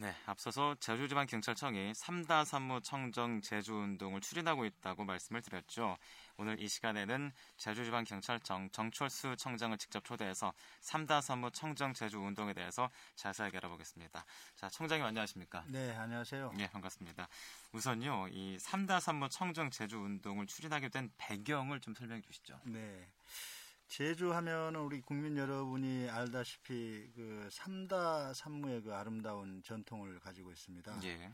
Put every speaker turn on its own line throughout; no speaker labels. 네, 앞서서 제주지방경찰청이 3다 3무 청정 제주운동을 추진하고 있다고 말씀을 드렸죠. 오늘 이 시간에는 제주지방경찰청 정철수 청장을 직접 초대해서 3다 3무 청정 제주운동에 대해서 자세하게 알아보겠습니다. 자, 청장님 안녕하십니까?
네, 안녕하세요.
예, 반갑습니다. 우선요, 이 3다 3무 청정 제주운동을 추진하게 된 배경을 좀 설명해 주시죠.
네. 제주 하면은 우리 국민 여러분이 알다시피 그 삼다 삼무의 그 아름다운 전통을 가지고 있습니다.
예,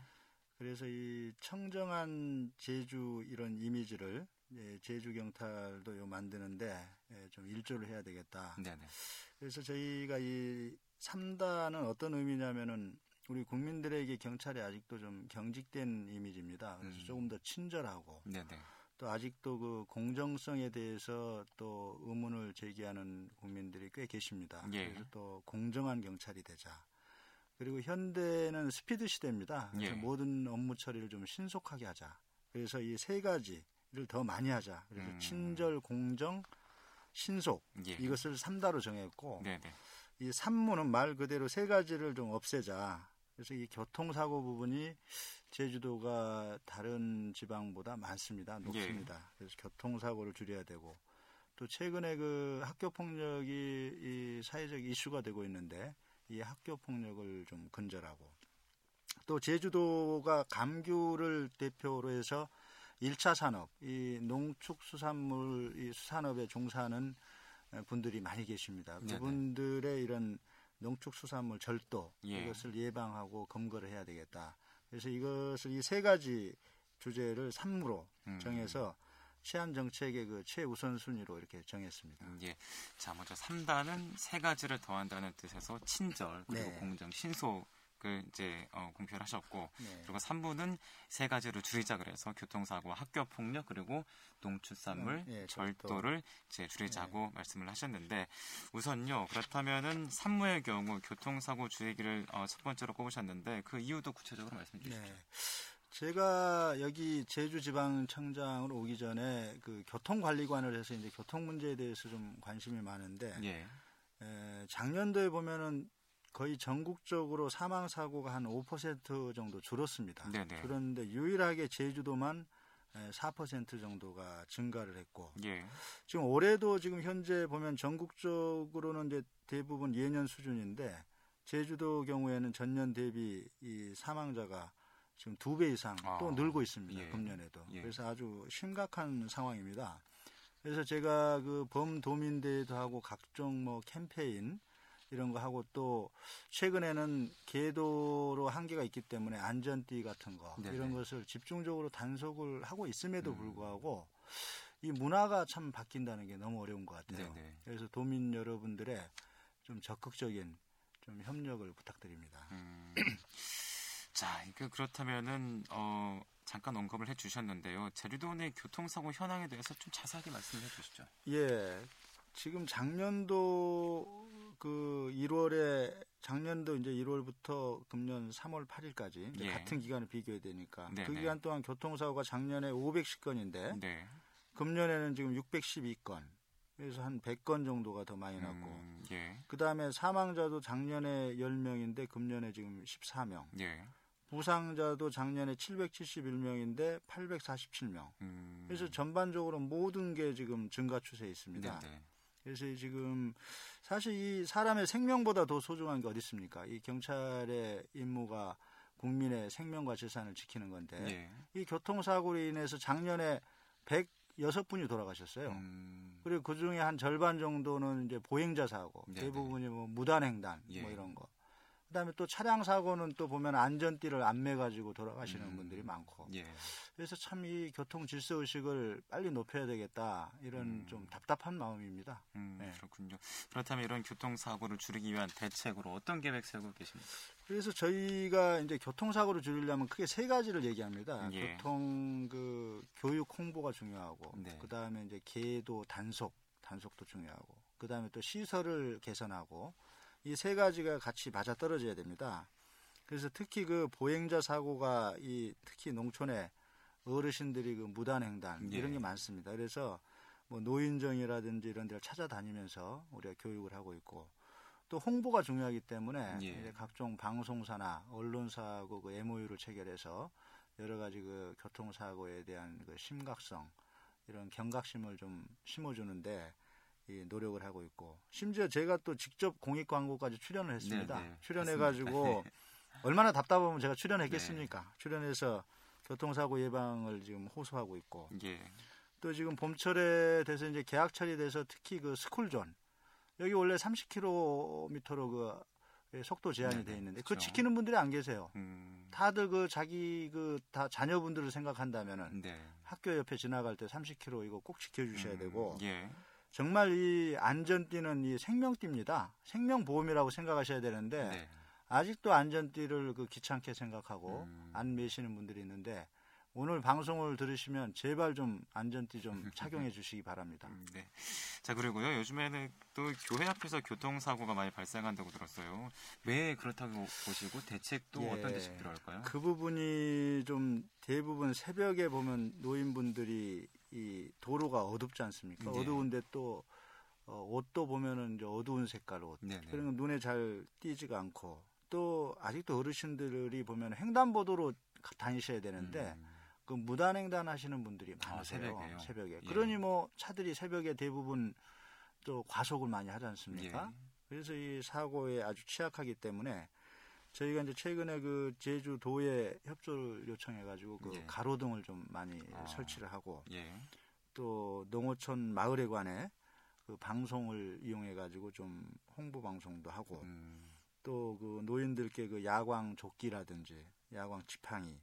그래서 이 청정한 제주 이런 이미지를 예, 제주 경찰도 요 만드는데 예, 좀 일조를 해야 되겠다.
네네.
그래서 저희가 이 삼다는 어떤 의미냐면은 우리 국민들에게 경찰이 아직도 좀 경직된 이미지입니다. 그래서
음.
조금 더 친절하고
네네.
또 아직도 그 공정성에 대해서 또 의문을 제기하는 국민들이 꽤 계십니다.
예.
그래서 또 공정한 경찰이 되자. 그리고 현대는 스피드 시대입니다. 그래서
예.
모든 업무 처리를 좀 신속하게 하자. 그래서 이 세 가지를 더 많이 하자. 그래서
음.
친절, 공정, 신속
예.
이것을 삼다로 정했고
네네.
이 산무는 말 그대로 세 가지를 좀 없애자. 그래서 이 교통사고 부분이 제주도가 다른 지방보다 많습니다. 높습니다. 그래서 교통사고를 줄여야 되고 또 최근에 그 학교 폭력이 이 사회적 이슈가 되고 있는데 이 학교 폭력을 좀 근절하고 또 제주도가 감귤을 대표로 해서 일차 산업, 이 농축수산물 이 수산업에 종사하는 분들이 많이 계십니다.
네네.
그분들의 이런 농축수산물 절도
예.
이것을 예방하고 검거를 해야 되겠다. 그래서 이것을 이 세 가지 주제를 삼무로
음.
정해서 치안 정책의 그 최우선 순위로 이렇게 정했습니다.
음, 예. 자, 먼저 3단은 세 가지를 더한다는 뜻에서 친절, 그리고
네.
공정, 신속을 이제 어, 공표를 하셨고,
네.
그리고 3부는 세 가지를 줄이자 그래서 교통사고와 학교 폭력 그리고 농축산물,
음, 예, 절도.
절도를 이제
네.
줄이자고 말씀을 하셨는데 우선요. 그렇다면은 산무의 경우 교통사고 줄이기를 어, 첫 번째로 꼽으셨는데 그 이유도 구체적으로 말씀해 주시죠.
네. 제가 여기 제주지방청장으로 오기 전에 그 교통관리관을 해서 이제 교통 문제에 대해서 좀 관심이 많은데
예.
에, 작년도에 보면은 거의 전국적으로 사망 사고가 한 5% 정도 줄었습니다.
네네.
아, 그런데 유일하게 제주도만 에, 4% 정도가 증가를 했고
예.
지금 올해도 지금 현재 보면 전국적으로는 이제 대부분 예년 수준인데 제주도 경우에는 전년 대비 이 사망자가 지금 두 배 이상
아,
또 늘고 있습니다.
예.
금년에도.
예.
그래서 아주 심각한 상황입니다. 그래서 제가 그 범도민대회도 하고 각종 뭐 캠페인 이런 거 하고 또 최근에는 궤도로 한계가 있기 때문에 안전띠 같은 거
네네.
이런 것을 집중적으로 단속을 하고 있음에도 불구하고 이 문화가 참 바뀐다는 게 너무 어려운 것 같아요.
네네.
그래서 도민 여러분들의 좀 적극적인 좀 협력을 부탁드립니다.
음. 자, 그 그렇다면은 어, 잠깐 언급을 해주셨는데요. 제주도 내 교통사고 현황에 대해서 좀 자세하게 말씀해 주시죠.
예. 지금 작년도 그 1월에 작년도 이제 1월부터 금년 3월 8일까지
예.
같은 기간을 비교해야 되니까
네네.
그 기간 동안 교통사고가 작년에 510건인데
네.
금년에는 지금 612건. 그래서 한 100건 정도가 더 많이 났고
음, 예,
그다음에 사망자도 작년에 10명인데 금년에 지금 14명.
예.
부상자도 작년에 771명인데 847명.
음,
그래서 전반적으로 모든 게 지금 증가 추세에 있습니다.
네, 네.
그래서 지금 사실 이 사람의 생명보다 더 소중한 게 어디 있습니까? 이 경찰의 임무가 국민의 생명과 재산을 지키는 건데
예.
이 교통사고로 인해서 작년에 106분이 돌아가셨어요.
음,
그리고 그 중에 한 절반 정도는 이제 보행자 사고,
네네.
대부분이 뭐 무단횡단
예.
뭐 이런 거. 그다음에 또 차량 사고는 또 보면 안전띠를 안 매가지고 돌아가시는
음.
분들이 많고.
예.
그래서 참 이 교통 질서 의식을 빨리 높여야 되겠다 이런
음.
좀 답답한 마음입니다.
음,
네.
그렇군요. 그렇다면 이런 교통사고를 줄이기 위한 대책으로 어떤 계획 세우고 계십니까?
그래서 저희가 이제 교통사고를 줄이려면 크게 세 가지를 얘기합니다.
예.
교통 그 교육 홍보가 중요하고,
네.
그 다음에 이제 계도 단속, 단속도 중요하고, 그 다음에 또 시설을 개선하고, 이 세 가지가 같이 맞아 떨어져야 됩니다. 그래서 특히 그 보행자 사고가 이 특히 농촌에 어르신들이 그 무단 횡단
예.
이런 게 많습니다. 그래서 뭐 노인정이라든지 이런 데를 찾아다니면서 우리가 교육을 하고 있고 또 홍보가 중요하기 때문에
예.
이제 각종 방송사나 언론사하고 그 MOU를 체결해서 여러 가지 그 교통사고에 대한 그 심각성 이런 경각심을 좀 심어주는데 이 노력을 하고 있고 심지어 제가 또 직접 공익 광고까지 출연을 했습니다.
네, 네.
출연해가지고 얼마나 답답하면 제가 출연했겠습니까?
네.
출연해서 교통사고 예방을 지금 호소하고 있고
예.
또 지금 봄철에 돼서 이제 계약철이 돼서 특히 그 스쿨존 여기 원래 30km로 그 속도 제한이
네네,
돼 있는데 그
그쵸.
지키는 분들이 안 계세요.
음.
다들 그 자기 그 다 자녀분들을 생각한다면은
네.
학교 옆에 지나갈 때 30km 이거 꼭 지켜주셔야
음,
되고
예.
정말 이 안전띠는 이 생명띠입니다. 생명보험이라고 생각하셔야 되는데
네.
아직도 안전띠를 그 귀찮게 생각하고
음.
안 매시는 분들이 있는데 오늘 방송을 들으시면 제발 좀 안전띠 좀 착용해 주시기 바랍니다.
음, 네. 자 그리고요 요즘에는 또 교회 앞에서 교통사고가 많이 발생한다고 들었어요. 왜 그렇다고 보시고 대책도
예.
어떤 대책 필요할까요?
그 부분이 좀 대부분 새벽에 보면 노인분들이 이 도로가 어둡지 않습니까?
네.
어두운데 또 어, 옷도 보면은 이제 어두운 색깔 옷.
네, 네.
그런 건 눈에 잘 띄지가 않고 또 아직도 어르신들이 보면 횡단보도로 가- 다니셔야 되는데
음,
그 무단횡단 하시는 분들이
아,
많으세요.
새벽에요?
새벽에.
예.
그러니 뭐 차들이 새벽에 대부분 또 과속을 많이 하지
음.
않습니까?
예.
그래서 이 사고에 아주 취약하기 때문에 저희가 이제 최근에 그 제주도에 협조를 요청해가지고 그
예.
가로등을 좀 많이
아.
설치를 하고
예. 예.
또 농어촌 마을에 관해 그 방송을 이용해가지고 좀 홍보 방송도 하고
음,
또 그 노인들께 그 야광 조끼라든지 야광 지팡이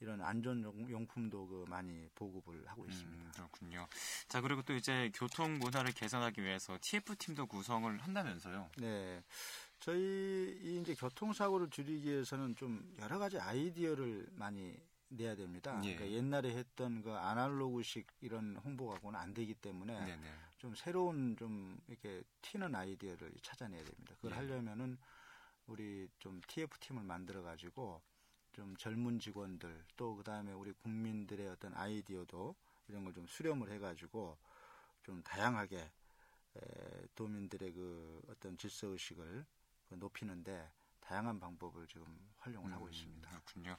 이런 안전 용- 용품도 그 많이 보급을 하고 있습니다.
음, 그렇군요. 자 그리고 또 이제 교통 문화를 개선하기 위해서 TF 팀도 구성을 한다면서요.
네. 저희 이 이제 교통사고를 줄이기 위해서는 좀 여러 가지 아이디어를 많이 내야 됩니다.
예.
그러니까 옛날에 했던 그 아날로그식 이런 홍보하고는 안 되기 때문에
네, 네.
좀 새로운 좀 이렇게 튀는 아이디어를 찾아내야 됩니다. 그걸
예.
하려면은 우리 좀 TF 팀을 만들어 가지고 좀 젊은 직원들 또 그다음에 우리 국민들의 어떤 아이디어도 이런 걸 좀 수렴을 해 가지고 좀 다양하게 에, 도민들의 그 어떤 질서 의식을 그 높이는데 다양한 방법을 지금 활용을 하고
음,
있습니다.
그렇군요.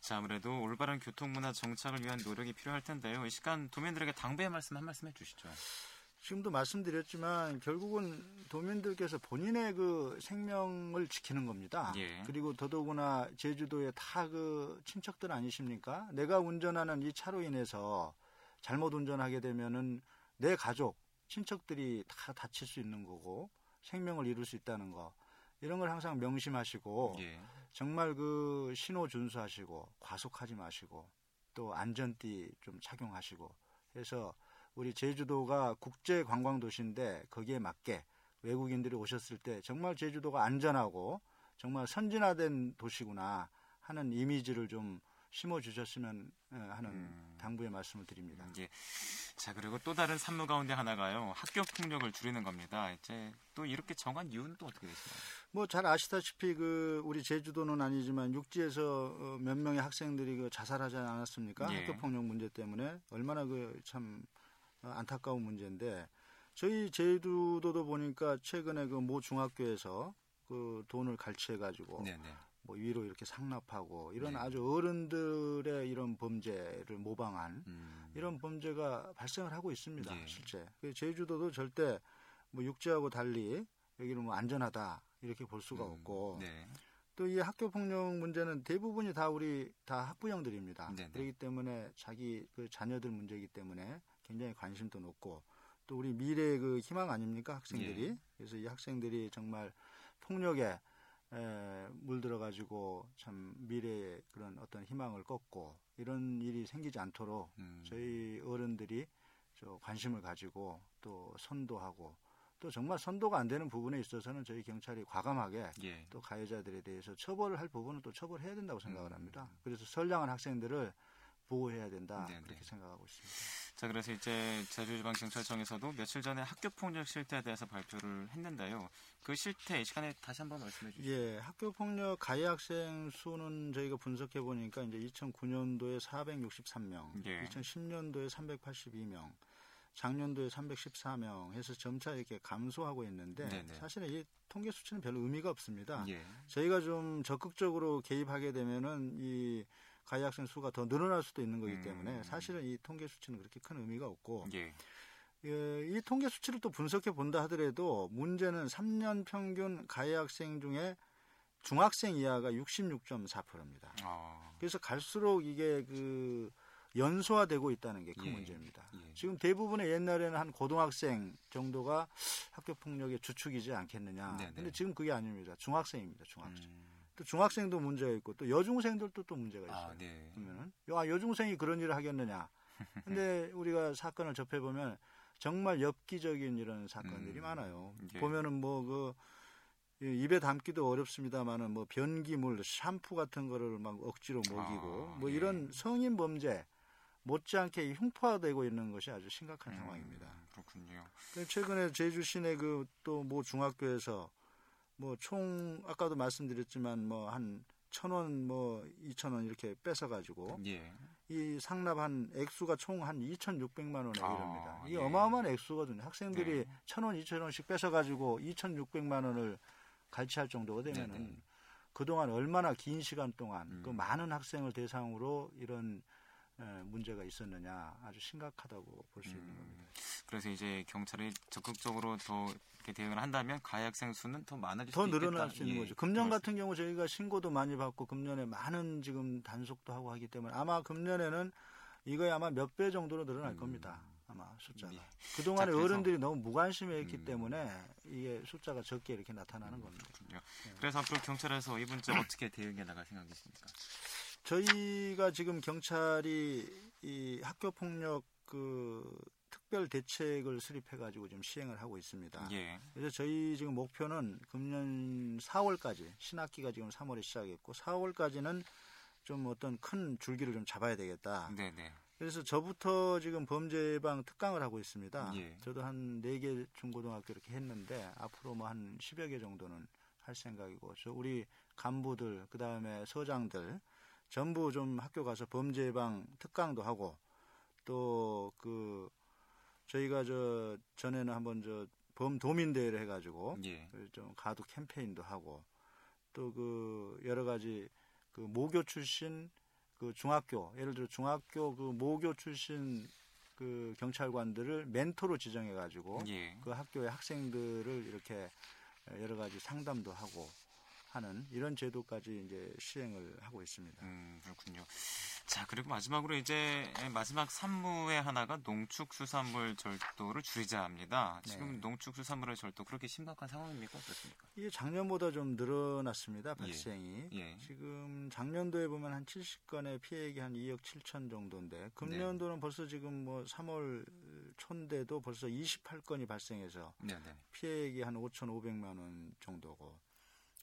자 아무래도 올바른 교통 문화 정착을 위한 노력이 필요할 텐데요. 이 시간 도민들에게 당부의 말씀 한 말씀 해주시죠.
지금도 말씀드렸지만 결국은 도민들께서 본인의 그 생명을 지키는 겁니다.
예.
그리고 더더구나 제주도에 다 그 친척들 아니십니까? 내가 운전하는 이 차로 인해서 잘못 운전하게 되면은 내 가족, 친척들이 다 다칠 수 있는 거고 생명을 잃을 수 있다는 거 이런 걸 항상 명심하시고
예.
정말 그 신호 준수하시고 과속하지 마시고 또 안전띠 좀 착용하시고 해서 우리 제주도가 국제 관광 도시인데 거기에 맞게 외국인들이 오셨을 때 정말 제주도가 안전하고 정말 선진화된 도시구나 하는 이미지를 좀 심어 주셨으면 하는
음.
당부의 말씀을 드립니다.
예. 자 그리고 또 다른 산무 가운데 하나가요 학교 폭력을 줄이는 겁니다. 이제 또 이렇게 정한 이유는 또 어떻게 되시나요?
뭐 잘 아시다시피 그 우리 제주도는 아니지만 육지에서 어, 몇 명의 학생들이 그 자살하지 않았습니까?
예.
학교 폭력 문제 때문에 얼마나 그 참 안타까운 문제인데 저희 제주도도 보니까 최근에 그 모 중학교에서 그 돈을 갈취해 가지고
네네.
뭐 위로 이렇게 상납하고 이런
네.
아주 어른들의 이런 범죄를 모방한
음,
이런 범죄가 발생을 하고 있습니다.
예.
실제 그 제주도도 절대 뭐 육지하고 달리 여기는 뭐 안전하다 이렇게 볼 수가
음,
없고
네.
또 이 학교 폭력 문제는 대부분이 다 우리 다 학부형들입니다.
네네.
그렇기 때문에 자기 그 자녀들 문제이기 때문에 굉장히 관심도 높고 또 우리 미래의 그 희망 아닙니까 학생들이
네.
그래서 이 학생들이 정말 폭력에 에, 물들어 가지고 참 미래의 그런 어떤 희망을 꺾고 이런 일이 생기지 않도록
음,
저희 어른들이 저 관심을 가지고 또 선도하고 또 정말 선도가 안 되는 부분에 있어서는 저희 경찰이 과감하게
예.
또 가해자들에 대해서 처벌을 할 부분은 또 처벌해야 된다고 생각을
음.
합니다. 그래서 선량한 학생들을 보호해야 된다
네네.
그렇게 생각하고 있습니다.
자 그래서 이제 제주지방경찰청에서도 며칠 전에 학교 폭력 실태에 대해서 발표를 했는데요. 그 실태 이 시간에 다시 한번 말씀해 주시죠.
예, 학교 폭력 가해 학생 수는 저희가 분석해 보니까 이제 2009년도에 463명,
예.
2010년도에 382명, 작년도에 314명 해서 점차 이렇게 감소하고 있는데
네네.
사실은 이 통계 수치는 별로 의미가 없습니다.
예.
저희가 좀 적극적으로 개입하게 되면은 이 가해 학생 수가 더 늘어날 수도 있는 거기 때문에
음.
사실은 이 통계 수치는 그렇게 큰 의미가 없고
예.
예, 이 통계 수치를 또 분석해 본다 하더라도 문제는 3년 평균 가해 학생 중에 중학생 이하가 66.4%입니다.
아.
그래서 갈수록 이게 그 연소화되고 있다는 게 큰
예,
문제입니다.
예.
지금 대부분의 옛날에는 한 고등학생 정도가 학교 폭력의 주축이지 않겠느냐.
네네.
근데 지금 그게 아닙니다. 중학생입니다. 중학생.
음.
또 중학생도 문제가 있고 또 여중생들도 또 문제가 있어요.
아, 네.
보면은 야 여중생이 그런 일을 하겠느냐. 근데 우리가 사건을 접해 보면 정말 엽기적인 이런 사건들이
음,
많아요.
예.
보면은 뭐 그 입에 담기도 어렵습니다만은 뭐 변기물, 샴푸 같은 거를 막 억지로 먹이고
아,
뭐
예.
이런 성인 범죄 못지않게 흉포화되고 있는 것이 아주 심각한 상황입니다.
음, 그렇군요.
근데 최근에 제주 시내 그 또 뭐 중학교에서 뭐 총 아까도 말씀드렸지만 뭐 한 천 원, 뭐 이천 원 이렇게 뺏어 가지고
예.
이 상납한 액수가 총 한 2,600만 원에
아,
이릅니다. 이게
예.
어마어마한 액수거든요.
네.
학생들이 1,000원, 2,000원씩 뺏어가지고 2,600만 원을 갈취할 정도가 되면은
네네.
그동안 얼마나 긴 시간 동안
음.
그 많은 학생을 대상으로 이런 에, 문제가 있었느냐 아주 심각하다고 볼 수 있는
음.
겁니다.
그래서 이제 경찰이 적극적으로 더 이렇게 대응을 한다면 가해 학생 수는 더 많아질
더
수도
늘어날
있겠다.
수 있는
예,
거죠. 금년
그럴 수-
같은 경우 저희가 신고도 많이 받고 금년에 많은 지금 단속도 하고 하기 때문에 아마 금년에는 이거에 아마 몇 배 정도로 늘어날
음.
겁니다. 아마 숫자가.
예. 자,
그동안에
그래서-
어른들이 너무 무관심했기
음.
때문에 이게 숫자가 적게 이렇게 나타나는 겁니다.
그렇군요. 그래서 앞으로 경찰에서 이
음.
문제 어떻게 대응해 나갈 생각이십니까?
저희가 지금 경찰이 이 학교 폭력 그 특별 대책을 수립해 가지고 지금 시행을 하고 있습니다.
예.
그래서 저희 지금 목표는 금년 4월까지 신학기가 지금 3월에 시작했고 4월까지는 좀 어떤 큰 줄기를 좀 잡아야 되겠다.
네, 네.
그래서 저부터 지금 범죄 예방 특강을 하고 있습니다.
예.
저도 한 네 개 중고등학교 이렇게 했는데 앞으로 뭐 한 10여 개 정도는 할 생각이고 저 우리 간부들 그다음에 서장들 전부 좀 학교 가서 범죄 예방 특강도 하고 또 그 저희가 저 전에는 한번 저 범도민 대회를 해 가지고
예.
그좀 가두 캠페인도 하고 또 그 여러 가지 그 모교 출신 그 중학교 예를 들어 중학교 그 모교 출신 그 경찰관들을 멘토로 지정해 가지고
예.
그 학교의 학생들을 이렇게 여러 가지 상담도 하고 하는 이런 제도까지 이제 시행을 하고 있습니다.
음, 그렇군요. 자, 그리고 마지막으로 이제 마지막 산무의 하나가 농축수산물 절도를 줄이자 합니다. 지금
네.
농축수산물의 절도 그렇게 심각한 상황입니까? 어떻습니까?
이게 작년보다 좀 늘어났습니다. 발생이.
예.
지금 작년도에 보면 한 70건의 피해액이 한 2억 7천 정도인데 금년도는 벌써 지금 뭐 3월 초인데도 벌써 28건이 발생해서
네, 네.
피해액이 한 5,500만 원 정도고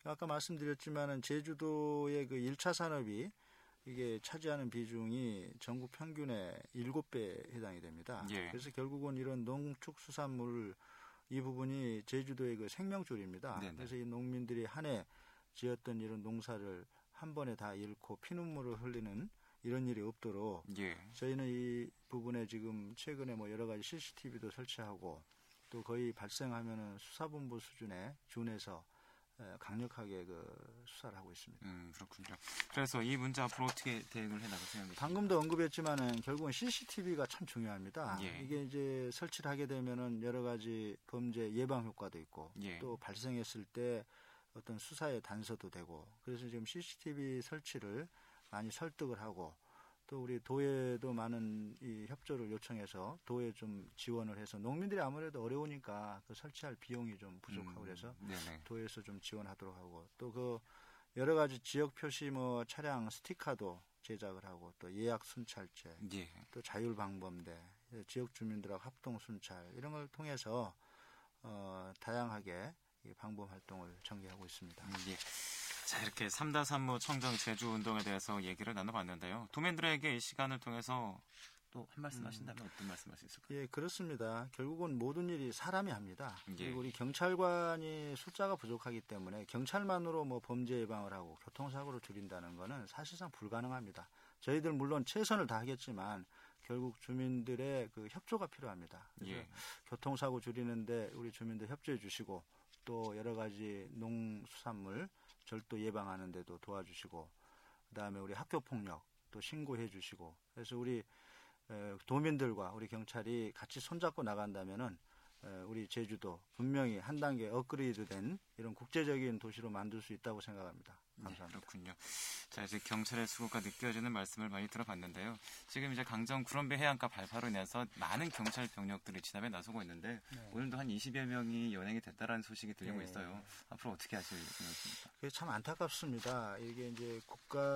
아까 말씀드렸지만은 제주도의 그 1차 산업이 이게 차지하는 비중이 전국 평균의 7배에 해당이 됩니다.
예.
그래서 결국은 이런 농축수산물 이 부분이 제주도의 그 생명줄입니다.
네네.
그래서 이 농민들이 한 해 지었던 이런 농사를 한 번에 다 잃고 피눈물을 흘리는 이런 일이 없도록
예.
저희는 이 부분에 지금 최근에 뭐 여러 가지 CCTV도 설치하고 또 거의 발생하면은 수사본부 수준의 준에서 에, 강력하게 그 수사를 하고 있습니다.
음, 그렇군요. 그래서 이 문제 앞으로 어떻게 대응을 해 나갈 생각이십니까?
방금도 언급했지만은 결국은 CCTV가 참 중요합니다.
예.
이게 이제 설치를 하게 되면은 여러 가지 범죄 예방 효과도 있고
예.
또 발생했을 때 어떤 수사의 단서도 되고 그래서 지금 CCTV 설치를 많이 설득을 하고 또 우리 도에도 많은 이 협조를 요청해서 도에 좀 지원을 해서 농민들이 아무래도 어려우니까 그 설치할 비용이 좀 부족하고 그래서
음, 네네.
도에서 좀 지원하도록 하고 또 그 여러 가지 지역 표시 뭐 차량 스티커도 제작을 하고 또 예약 순찰제
예.
또 자율방범대, 지역 주민들하고 합동 순찰 이런 걸 통해서 어, 다양하게 이 방범 활동을 전개하고 있습니다.
음, 예. 자 이렇게 삼다산무 청정 제주 운동에 대해서 얘기를 나눠봤는데요. 도민들에게 이 시간을 통해서 음, 또 한 말씀 하신다면 어떤 말씀 하실 수 있을까요?
예, 그렇습니다. 결국은 모든 일이 사람이 합니다.
예.
그리고 우리 경찰관이 숫자가 부족하기 때문에 경찰만으로 뭐 범죄 예방을 하고 교통사고를 줄인다는 거는 사실상 불가능합니다. 저희들 물론 최선을 다하겠지만 결국 주민들의 그 협조가 필요합니다. 그래서
예.
교통사고 줄이는데 우리 주민들 협조해 주시고 또 여러 가지 농수산물 절도 예방하는 데도 도와주시고 그다음에 우리 학교 폭력 또 신고해 주시고 그래서 우리 에, 도민들과 우리 경찰이 같이 손잡고 나간다면은 에, 우리 제주도 분명히 한 단계 업그레이드된 이런 국제적인 도시로 만들 수 있다고 생각합니다.
네,
감사합니다.
그렇군요. 자 이제 경찰의 수고가 느껴지는 말씀을 많이 들어봤는데요. 지금 이제 강정 구럼배 해안가 발파로 인해서 많은 경찰 병력들이 진압에 나서고 있는데 오늘도 한 20여 명이 연행이 됐다라는 소식이 들리고
네.
있어요. 앞으로 어떻게 하실 생각이십니까?
그게 참 안타깝습니다. 이게 이제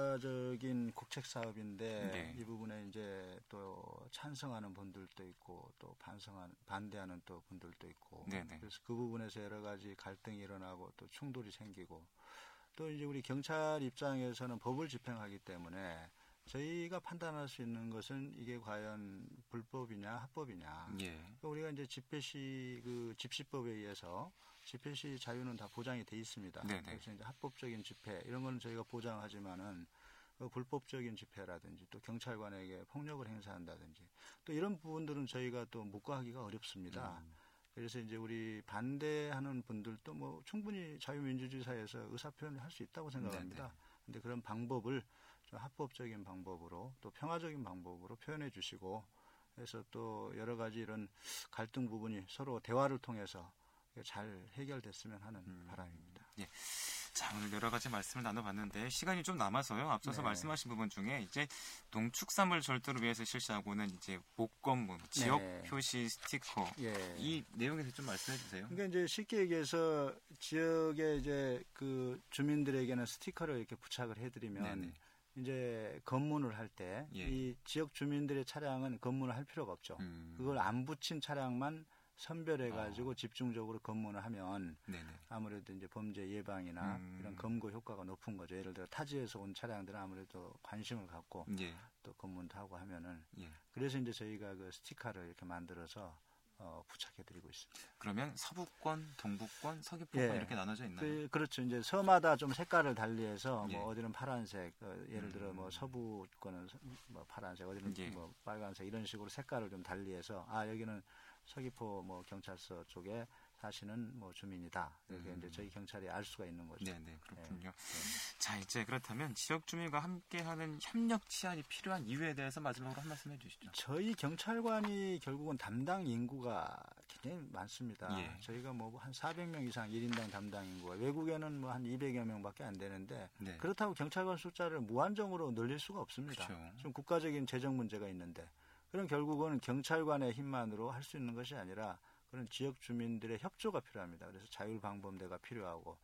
국가적인 국책 사업인데
네.
이 부분에 이제 또 찬성하는 분들도 있고 또 반성하는 반대하는 또 분들도 있고
네네.
그래서 그 부분에서 여러 가지 갈등이 일어나고 또 충돌이 생기고 또 이제 우리 경찰 입장에서는 법을 집행하기 때문에 저희가 판단할 수 있는 것은 이게 과연 불법이냐 합법이냐
예.
그러니까 우리가 이제 집회시 그 집시법에 의해서 집회시 자유는 다 보장이 돼 있습니다.
네네.
그래서 이제 합법적인 집회 이런 거는 저희가 보장하지만은 그 불법적인 집회라든지 또 경찰관에게 폭력을 행사한다든지 또 이런 부분들은 저희가 또 묵과하기가
음.
어렵습니다. 그래서 이제 우리 반대하는 분들도 뭐 충분히 자유민주주의 사회에서 의사표현을 할 수 있다고 생각합니다. 근데 그런 방법을 좀 합법적인 방법으로 또 평화적인 방법으로 표현해 주시고 그래서 또 여러 가지 이런 갈등 부분이 서로 대화를 통해서 잘 해결됐으면 하는 바람입니다.
자, 오늘 여러 가지 말씀을 나눠봤는데 시간이 좀 남아서요. 앞서서
네.
말씀하신 부분 중에 이제 농축산물 절도를 위해서 실시하고는 이제 목건문, 지역
네.
표시 스티커
예.
이 내용에 대해서 좀 말씀해 주세요.
그러니까 이제 쉽게 얘기해서 지역의 이제 그 주민들에게는 스티커를 이렇게 부착을 해드리면
네네.
이제 검문을 할 때 이
예.
지역 주민들의 차량은 검문을 할 필요가 없죠.
음, 아.
그걸 안 붙인 차량만 선별해 가지고 집중적으로 검문을 하면
네네.
아무래도 이제 범죄 예방이나
음.
이런 검거 효과가 높은 거죠. 예를 들어 타지에서 온 차량들은 아무래도 관심을 갖고
예,
또 검문도 하고 하면은
예.
그래서 이제 저희가 그 스티커를 이렇게 만들어서 어, 부착해 드리고 있습니다.
그러면 서북권, 동북권, 서귀포권
예.
이렇게 나눠져 있나요?
그, 그렇죠. 이제 서마다 좀 색깔을 달리해서
네. 예.
뭐 어디는 파란색, 어, 예를 들어
음.
뭐 서부 거는 서- 뭐 파란색, 어디는
예.
뭐 빨간색 이런 식으로 색깔을 좀 달리해서 아 여기는 서귀포 뭐 경찰서 쪽에 사시는 뭐 주민이다. 이렇게
음.
이제 저희 경찰이 알 수가 있는 거죠.
네, 네, 그렇군요. 자, 이제 그렇다면 지역 주민과 함께하는 협력 치안이 필요한 이유에 대해서 마지막으로 한 말씀 해주시죠.
저희 경찰관이 결국은 담당 인구가 굉장히 많습니다.
예.
저희가 뭐 한 400명 이상 1인당 담당 인구가 외국에는 뭐 한 200여 명밖에 안 되는데
네,
그렇다고 경찰관 숫자를 무한정으로 늘릴 수가 없습니다.
그렇죠.
좀 국가적인 재정 문제가 있는데 그럼 결국은 경찰관의 힘만으로 할 수 있는 것이 아니라 그런 지역 주민들의 협조가 필요합니다. 그래서 자율방범대가 필요하고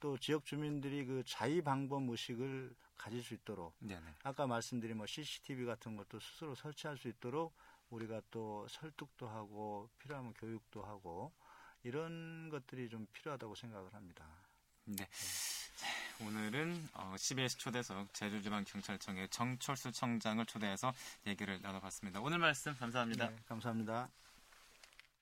또 지역 주민들이 그 자의방범 의식을 가질 수 있도록
네, 네.
아까 말씀드린 뭐 CCTV 같은 것도 스스로 설치할 수 있도록 우리가 또 설득도 하고 필요하면 교육도 하고 이런 것들이 좀 필요하다고 생각을 합니다.
네. 자, 오늘은 어, CBS 초대석 제주지방경찰청의 정철수 청장을 초대해서 얘기를 나눠봤습니다. 오늘 말씀 감사합니다.
네, 감사합니다.